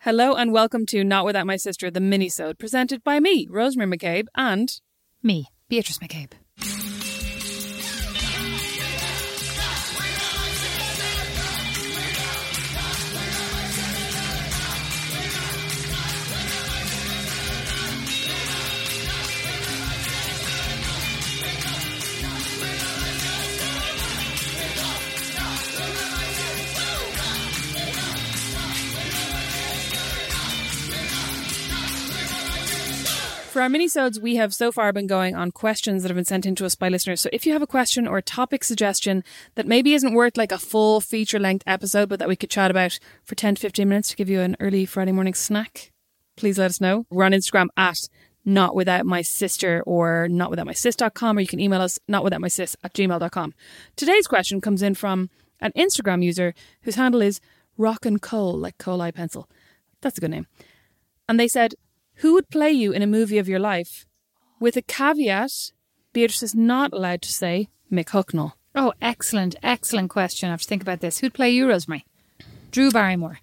Hello and welcome to Not Without My Sister, the minisode, presented by me, Rosemary McCabe, and Me, Beatrice McCabe. For our minisodes, we have so far been going on questions that have been sent in to us by listeners. So if you have a question or a topic suggestion that maybe isn't worth like a full feature length episode, but that we could chat about for 10 to 15 minutes to give you an early Friday morning snack, please let us know. We're on Instagram at not without my sister or not without my sis.com or you can email us not without my sis at gmail.com. Today's question comes in from an Instagram user whose handle is rock and coal like coal eye pencil. That's a good name. And they said, Who would play you in a movie of your life? With a caveat, Beatrice is not allowed to say Mick Hucknall. Oh, excellent, excellent question. I have to think about this. Who'd play you, Rosemary? Drew Barrymore.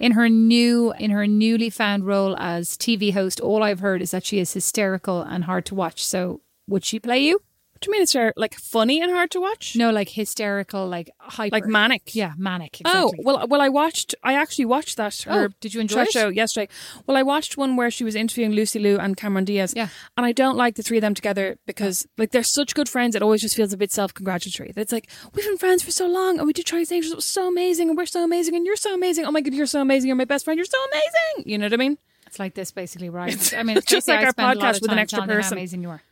In her new in her newly found role as TV host, all I've heard is that she is hysterical and hard to watch. So would she play you? Do you mean it's her, like funny and hard to watch? No, like hysterical, like hyper Like manic. Yeah, manic. Exactly. Oh well, well I watched. I actually watched that. Oh, Her did you enjoy chat it? show yesterday? Well, I watched one where she was interviewing Lucy Liu and Cameron Diaz. Yeah. and I don't like the three of them together because like they're such good friends. It always just feels a bit self-congratulatory. It's like we've been friends for so long, and we did Chinese Angels. It was so amazing, and we're so amazing, and you're so amazing. Oh my god, you're so amazing. You're my best friend. You're so amazing. You know what I mean? It's like this, basically, right? I mean, it's just basically like I our spend a lot podcast of with an time extra telling you person. How amazing you are.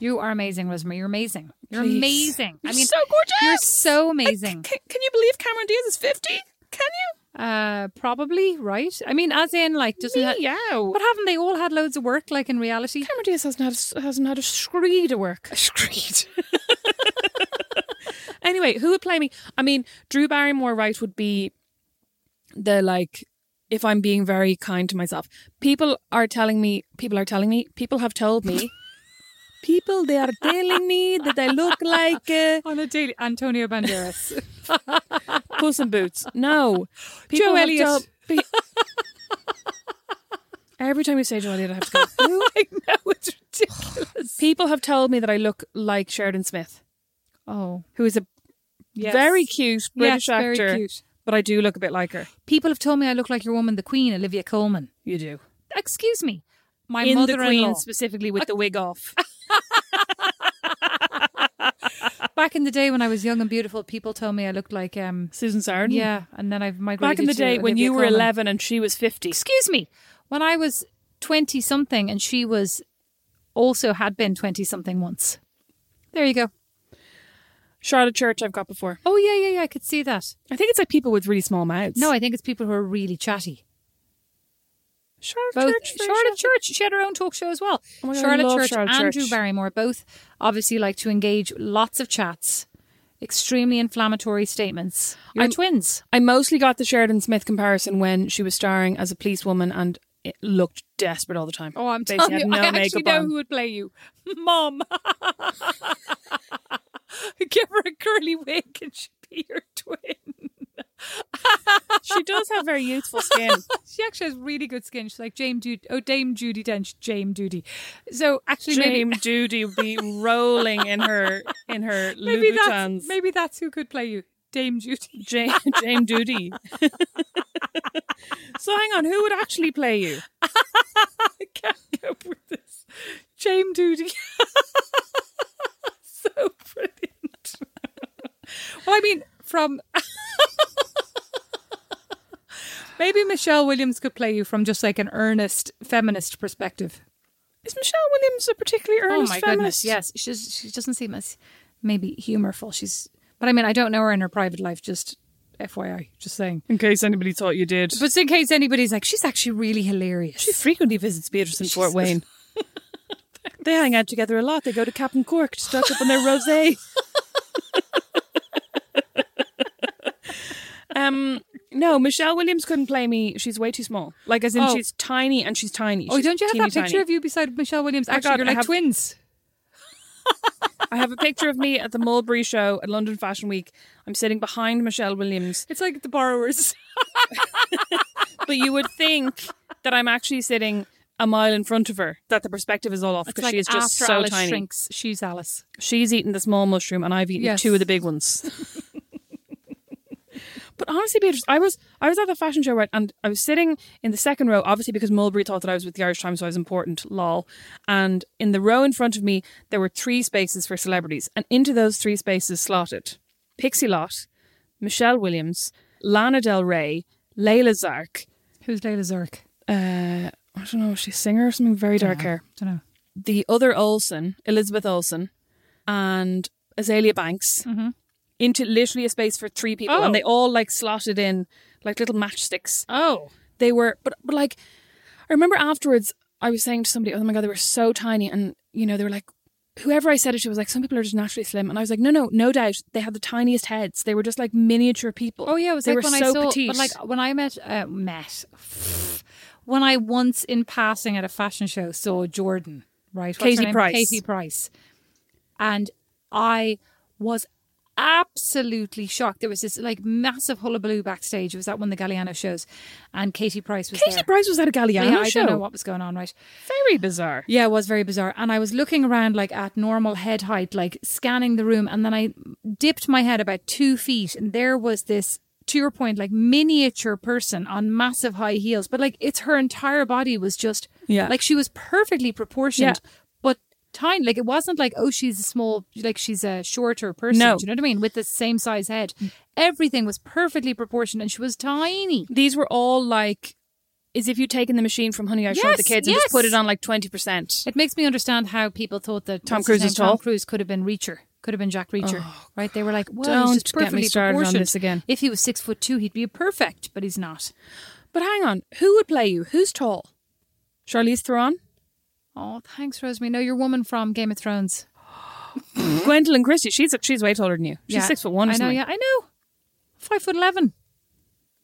You are amazing, Rosemary. You're amazing. You're Please. amazing. I You're mean, so gorgeous. You're so Like, amazing. Can, can you believe Cameron Diaz is fifty? Can you? Uh, probably right. I mean, as in, like, doesn't that? Yeah. But haven't they all had loads of work, like in reality? Cameron Diaz hasn't had a, s- hasn't had a screed of work. A screed. anyway, who would play me? I mean, Drew Barrymore, right, would be the like. If I'm being very kind to myself, people are telling me. People are telling me. People have told me. people they are telling me that I look like uh, On a daily, Antonio Banderas. Puss in Boots. No, people Joe have Elliott. told- pe- Every time you say Joe Elliott, I have to go. "Who?" I know it's ridiculous. People have told me that I look like Sheridan Smith. Oh, who is a yes. very cute British Yes, very actor, cute. but I do look a bit like her. People have told me I look like your woman, the Queen, Olivia Coleman. You do. Excuse me, my In the mother-in-law. Queen, specifically with the wig off. Back in the day when I was young and beautiful, people told me I looked like um. Susan Sarandon. Yeah, and then I've migrated. Back in the to day when Olivia you were Colman. 11 and she was 50. Excuse me, when I was twenty something and she was also had been twenty something once. There you go. Charlotte Church, I've got before. Oh yeah, yeah, yeah. I could see that. I think it's like people with really small mouths. No, I think it's people who are really chatty. Charlotte Both Church. very Charlotte shy. Church, she had her own talk show as well. Oh my God, I Charlotte love Church Charlotte and Church. Drew Barrymore both obviously like to engage lots of chats, extremely inflammatory statements. You're I'm- twins. I mostly got the Sheridan Smith comparison when she was starring as a policewoman and it looked desperate all the time. Oh, I'm Basically telling you, had no I actually makeup know on. who would play you, Mom. Give her a curly wig and she'd be your twin. she does have very youthful skin. She actually has really good skin. She's like Jame Judy. Oh, Dame Judy Dench, Jame Judy. So actually, maybe Jame Judy would be rolling in her in her maybe Louboutins. that's maybe that's who could play you, Dame Judy. Jane, Jane Doody. so hang on, who would actually play you? I can't cope with this. Jame Judy. so brilliant. well, I mean, from. Maybe Michelle Williams could play you from just like an earnest feminist perspective. Is Michelle Williams a particularly earnest feminist? Oh Yes, she's she doesn't seem as maybe humorful. She's, but I mean, I don't know her in her private life. Just FYI, just saying. In case anybody thought you did. But in case anybody's like, she's actually really hilarious. she frequently visits Beatrice in Fort Wayne. they hang out together a lot. They go to Captain Cork to stock up on their rosé. um, no, Michelle Williams couldn't play me. She's way too small. Like as in, Oh. she's tiny and she's tiny. oh, She's don't you have teeny that picture tiny. of you beside Michelle Williams? Actually, God, you're I like have- twins. I have a picture of me at the Mulberry Show at London Fashion Week. I'm sitting behind Michelle Williams. It's like the borrowers. but you would think that I'm actually sitting a mile in front of her, that the perspective is all off because she is just after so Alice tiny. shrinks, she's Alice. She's eaten the small mushroom and I've eaten Yes. two of the big ones. but honestly, Beatrice, I was I was at the fashion show right and I was sitting in the second row, obviously because Mulberry thought that I was with the Irish Times, so I was important, lol. And in the row in front of me, there were three spaces for celebrities, and into those three spaces slotted Pixie Lott, Michelle Williams, Lana Del Rey, Layla Zark. Who's Leila Zirk? Uh, I don't know, she's a singer or something, very dark hair Don't know. the other Olsen, Elizabeth Olsen, and Azalea Banks into literally a space for three people, Mm-hmm. Oh. and they all like slotted in like little matchsticks. Oh, They were, but but like, I remember afterwards, I was saying to somebody, "Oh my god, they were so tiny," and you know they were like. Whoever I said it to was like, some people are just naturally slim, and I was like, no, no, no doubt, they had the tiniest heads. They were just like miniature people. Oh yeah, it was they like were when so I saw, petite. but like when I met uh, met when I once in passing at a fashion show saw Jordan, right? What's her Katie name? Price. Katie Price, and I was absolutely shocked. There was this like massive hullabaloo backstage. It was at one of the Galliano shows, and Katie Price was Katie there. Price was at a Galliano yeah, I show. don't know what was going on, right? Very bizarre. Yeah, it was very bizarre. And I was looking around like at normal head height, like scanning the room. And then I dipped my head about two feet. And there was this, to your point, like miniature person on massive high heels. But like it's her entire body was just, Yeah. like she was perfectly proportioned, Yeah. but tiny. Like it wasn't like, oh, she's a small, like she's a shorter person. No. Mm. Do you know what I mean? With the same size head. Everything was perfectly proportioned and she was tiny. These were all like, as if you'd taken the machine from Honey I Shrunk the Yes, Kids and yes. just put it on like twenty percent. It makes me understand how people thought that Tom what's his Cruise is name? tall? Oh, Tom Cruise could have been Reacher, could have been Jack Reacher, right? They were like, "Well, he's just Don't get me perfectly started on proportioned. this again. If he was six foot two, he'd be perfect, but he's not." But hang on, who would play you? Who's tall? Charlize Theron? Oh, thanks, Rosemary. No, your woman from Game of Thrones. Gwendolyn Christie? She's she's way taller than you. She's Mm-hmm. Yeah. six foot one. Or I know. something. Yeah, I know. Five foot eleven.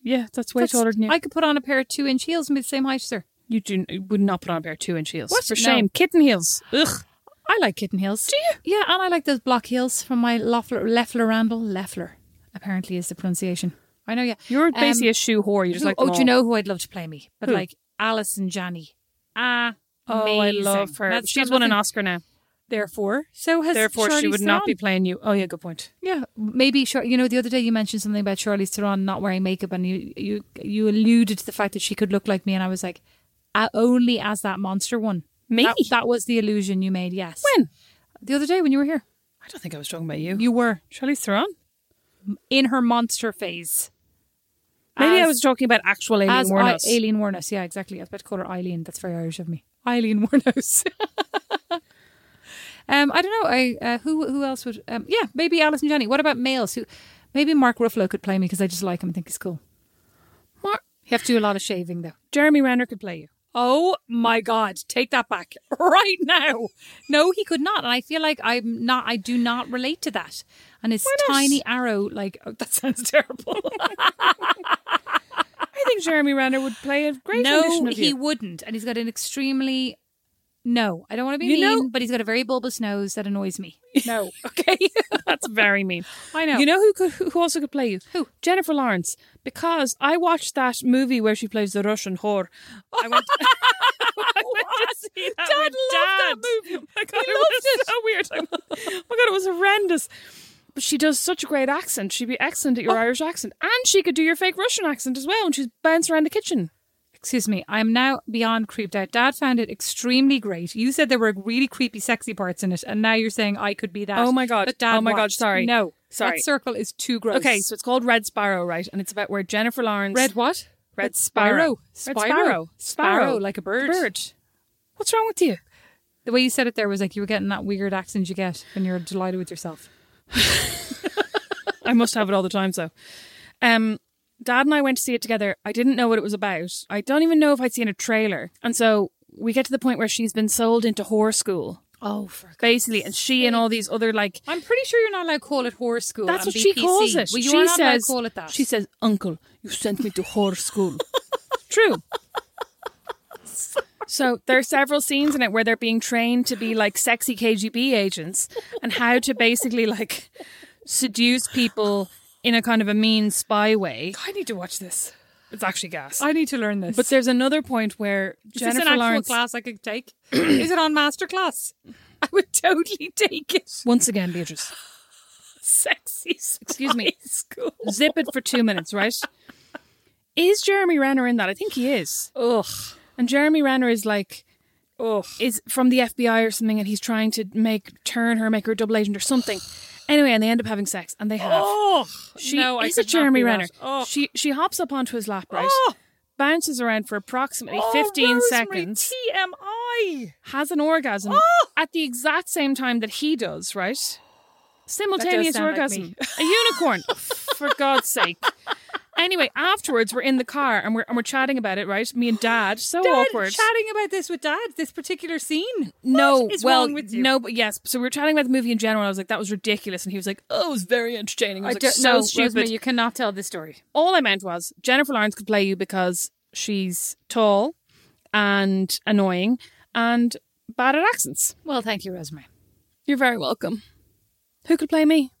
yeah, that's way That's- taller than you. I could put on a pair of two inch heels and be the same height as her. you do you would not put on a pair of two inch heels. What? For No. shame, kitten heels. Ugh. I like kitten heels. Do you? Yeah, and I like those block heels from my Loeffler, Leffler Randall. Leffler, apparently, is the pronunciation. I know, yeah. You're Um, basically a shoe whore. You just Who- like. oh, them do you all. know who I'd love to play me? But Who? like Alice and Janney. Ah, Oh, I love her. she's won an Oscar now. Therefore, so has Therefore, she Charlize would not be Theron. playing you. Oh yeah, good point. Yeah, maybe. Char- You know, the other day you mentioned something about Charlize Theron not wearing makeup, and you you you alluded to the fact that she could look like me, and I was like, uh, only as that monster one. Me? That, that was the illusion you made. Yes. When? The other day when you were here, I don't think I was talking about you. you were Charlize Theron? in her monster phase. Maybe I As- was talking about actual Aileen as I- Wuornos. Aileen Warnos. Yeah, exactly. I was about to call her Eileen. That's very Irish of me. Eileen Warnos. um, I don't know. I uh, who who else would? Um, yeah, maybe Alice and Johnny. What about males? Who? Maybe Mark Ruffalo could play me because I just like him and think he's cool. Mar- You have to do a lot of shaving though. Jeremy Renner could play you. Oh my God! Take that back right now. No, he could not, and I feel like I'm not. I do not relate to that. And his not? tiny arrow, like oh, that sounds terrible. I think Jeremy Renner would play a great rendition No, of he you. wouldn't. And he's got an extremely no. I don't want to be You mean, know- but he's got a very bulbous nose that annoys me. No, okay, that's very mean. I know. You know who could, who also could play you? Who? Jennifer Lawrence. Because I watched that movie where she plays the Russian whore. I went, I went to see that Dad with loved that Dad. movie. My God, it was so weird. I, oh my God, it was horrendous. But she does such a great accent. She'd be excellent at Oh. your Irish accent, and she could do your fake Russian accent as well. And she's bounced around the kitchen. Excuse me. I'm now beyond creeped out. Dad found it extremely great. You said there were really creepy, sexy parts in it, and now you're saying I could be that. Oh my God. But Dad Oh my God, watched. sorry. No. Sorry. That circle is too gross. Okay, so it's called Red Sparrow, right? And it's about where Jennifer Lawrence red what? Red Sparrow. Spyro. Red Sparrow. Sparrow. Sparrow, Sparrow. like a The bird. bird. What's wrong with you? The way you said it there was like you were getting that weird accent you get when you're delighted with yourself. I must have it all the time, so. Um, Dad and I went to see it together. I didn't know what it was about. I don't even know if I'd seen a trailer. And so we get to the point where she's been sold into whore school, Oh, for basically, and she and all these other like. I'm pretty sure you're not allowed to call it horror school. That's and what she BPC. calls it. Well, you she are not allowed says, to call it that. She says, "Uncle, you sent me to whore school." True. So there are several scenes in it where they're being trained to be like sexy KGB agents and how to basically like seduce people in a kind of a mean spy way. I need to watch this. It's actually gas. I need to learn this. but there's another point where is Jennifer this an actual Lawrence. class I could take? is it on masterclass? I would totally take it. Once again, Beatrice, Sexy. Excuse me. spy School. zip it for two minutes, right? Is Jeremy Renner in that? I think he is. Ugh. And Jeremy Renner is like Ugh. is from the FBI or something, and he's trying to make turn her, make her a double agent or something. Anyway, and they end up having sex, and they have. Oh, She no, I is could a not Jeremy do Renner. That. Oh, She she hops up onto his lap, right? Oh. Bounces around for approximately Oh, 15 Rosemary, seconds, TMI. has an orgasm Oh. at the exact same time that he does, right? Simultaneous sound like orgasm. me. a unicorn, for God's sake. Anyway, afterwards we're in the car and we're and we're chatting about it, right? Me and Dad, so Dad, awkward. chatting about this with Dad, this particular scene. no, what is well, wrong with you? no, but yes. So we were chatting about the movie in general. I was like, that was ridiculous, and he was like, oh, it was very entertaining. I was like, so stupid. you cannot tell this story. all I meant was Jennifer Lawrence could play you because she's tall and annoying and bad at accents. Well, thank you, Rosemary. You're very welcome. Who could play me?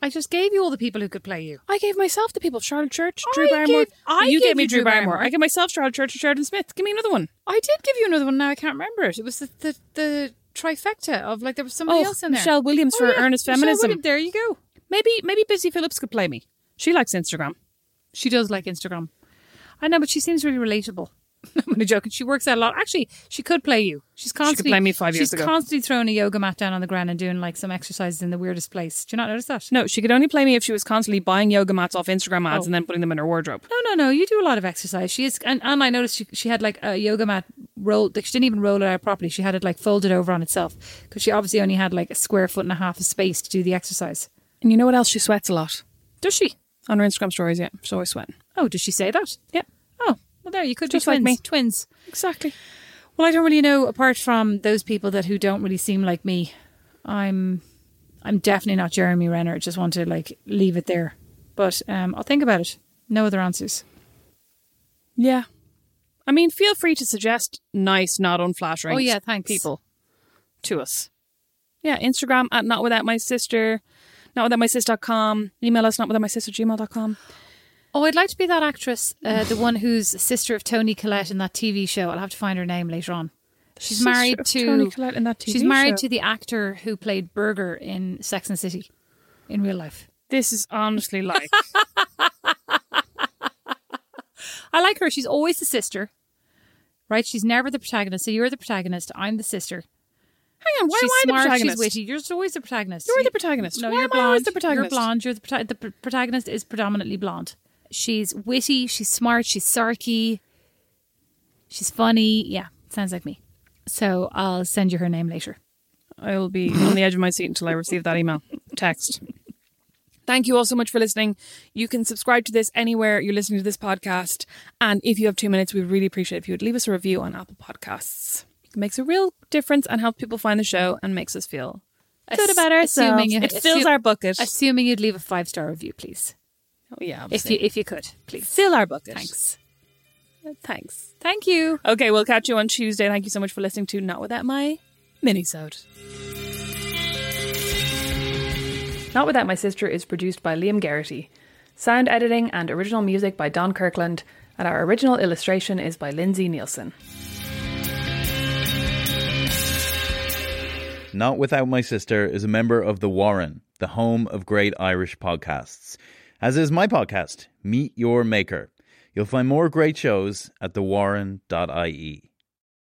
I just gave you all the people who could play you. I gave myself the people Charlotte Church, I Drew Barrymore. gave- I you gave gave me you Drew Drew Barrymore. Barrymore. I gave myself Charlotte Church and Sheridan Smith. Give me another one. I did give you another one. Now I can't remember it. It was the the, the trifecta of like there was somebody else in there. Michelle Williams Oh, for yeah, Earnest Oh, Michelle Feminism. Williams, there you go. Maybe maybe Busy Phillips could play me. She likes Instagram. She does like Instagram. I know, but she seems really relatable. I'm only joking. She works out a lot. Actually, she could play you. She's constantly play me five years she's ago. constantly throwing a yoga mat down on the ground and doing like some exercises in the weirdest place. Do you not notice that? No, she could only play me if she was constantly buying yoga mats off Instagram ads Oh. and then putting them in her wardrobe. No, no, no. You do a lot of exercise. She is, and, and I noticed she, she had like a yoga mat rolled. Like she didn't even roll it out properly. She had it like folded over on itself because she obviously only had like a square foot and a half of space to do the exercise. And you know what else? She sweats a lot. Does she? On her Instagram stories, yeah. She's always sweating. Oh, does she say that? Yeah. Oh, well, there you could Just be like twins. me. Twins. Exactly. Well, I don't really know. Apart from those people that who don't really seem like me, I'm, I'm definitely not Jeremy Renner. I just want to like leave it there. But um, I'll think about it. No other answers. Yeah. I mean, feel free to suggest nice, not unflattering. Oh, yeah, thanks. People to us. Yeah, Instagram at not without my sister, not without my sis.com. Email us not without my sister gmail.com. Oh, I'd like to be that actress, uh, the one who's sister of Tony Collette in that TV show. I'll have to find her name later on. She's Sister married of to Tony Collette in that TV She's married show. to the actor who played Burger in Sex and the City, in real life. This is honestly like I like her. She's always the sister, right? She's never the protagonist. So you're the protagonist. I'm the sister. Hang on, why am she's I the smart. protagonist? She's witty. You're just always the protagonist. You're the protagonist. No, Why you're am I blonde. always the protagonist? You're blonde. You're the, prota- the pr- protagonist is predominantly blonde. She's witty. She's smart. She's sarky. She's funny. Yeah, sounds like me. So I'll send you her name later. I'll be on the edge of my seat until I receive that email, text. Thank you all so much for listening. You can subscribe to this anywhere you're listening to this podcast. And if you have two minutes, we'd really appreciate it if you would leave us a review on Apple Podcasts. It makes a real difference and helps people find the show and makes us feel good Ass- about ourselves. assuming you- it fills assu- our bucket. Assuming you'd leave a five star review, please. oh, yeah, If obviously. you if you could, please. fill our bucket. Thanks. Thanks. Thank you. Okay, we'll catch you on Tuesday. Thank you so much for listening to Not Without My Minisode. Not Without My Sister is produced by Liam Geraghty. Sound editing and original music by Don Kirkland, and our original illustration is by Lindsay Nielsen. Not Without My Sister is a member of The Warren, the home of great Irish podcasts, as is my podcast, Meet Your Maker. You'll find more great shows at thewarren.ie.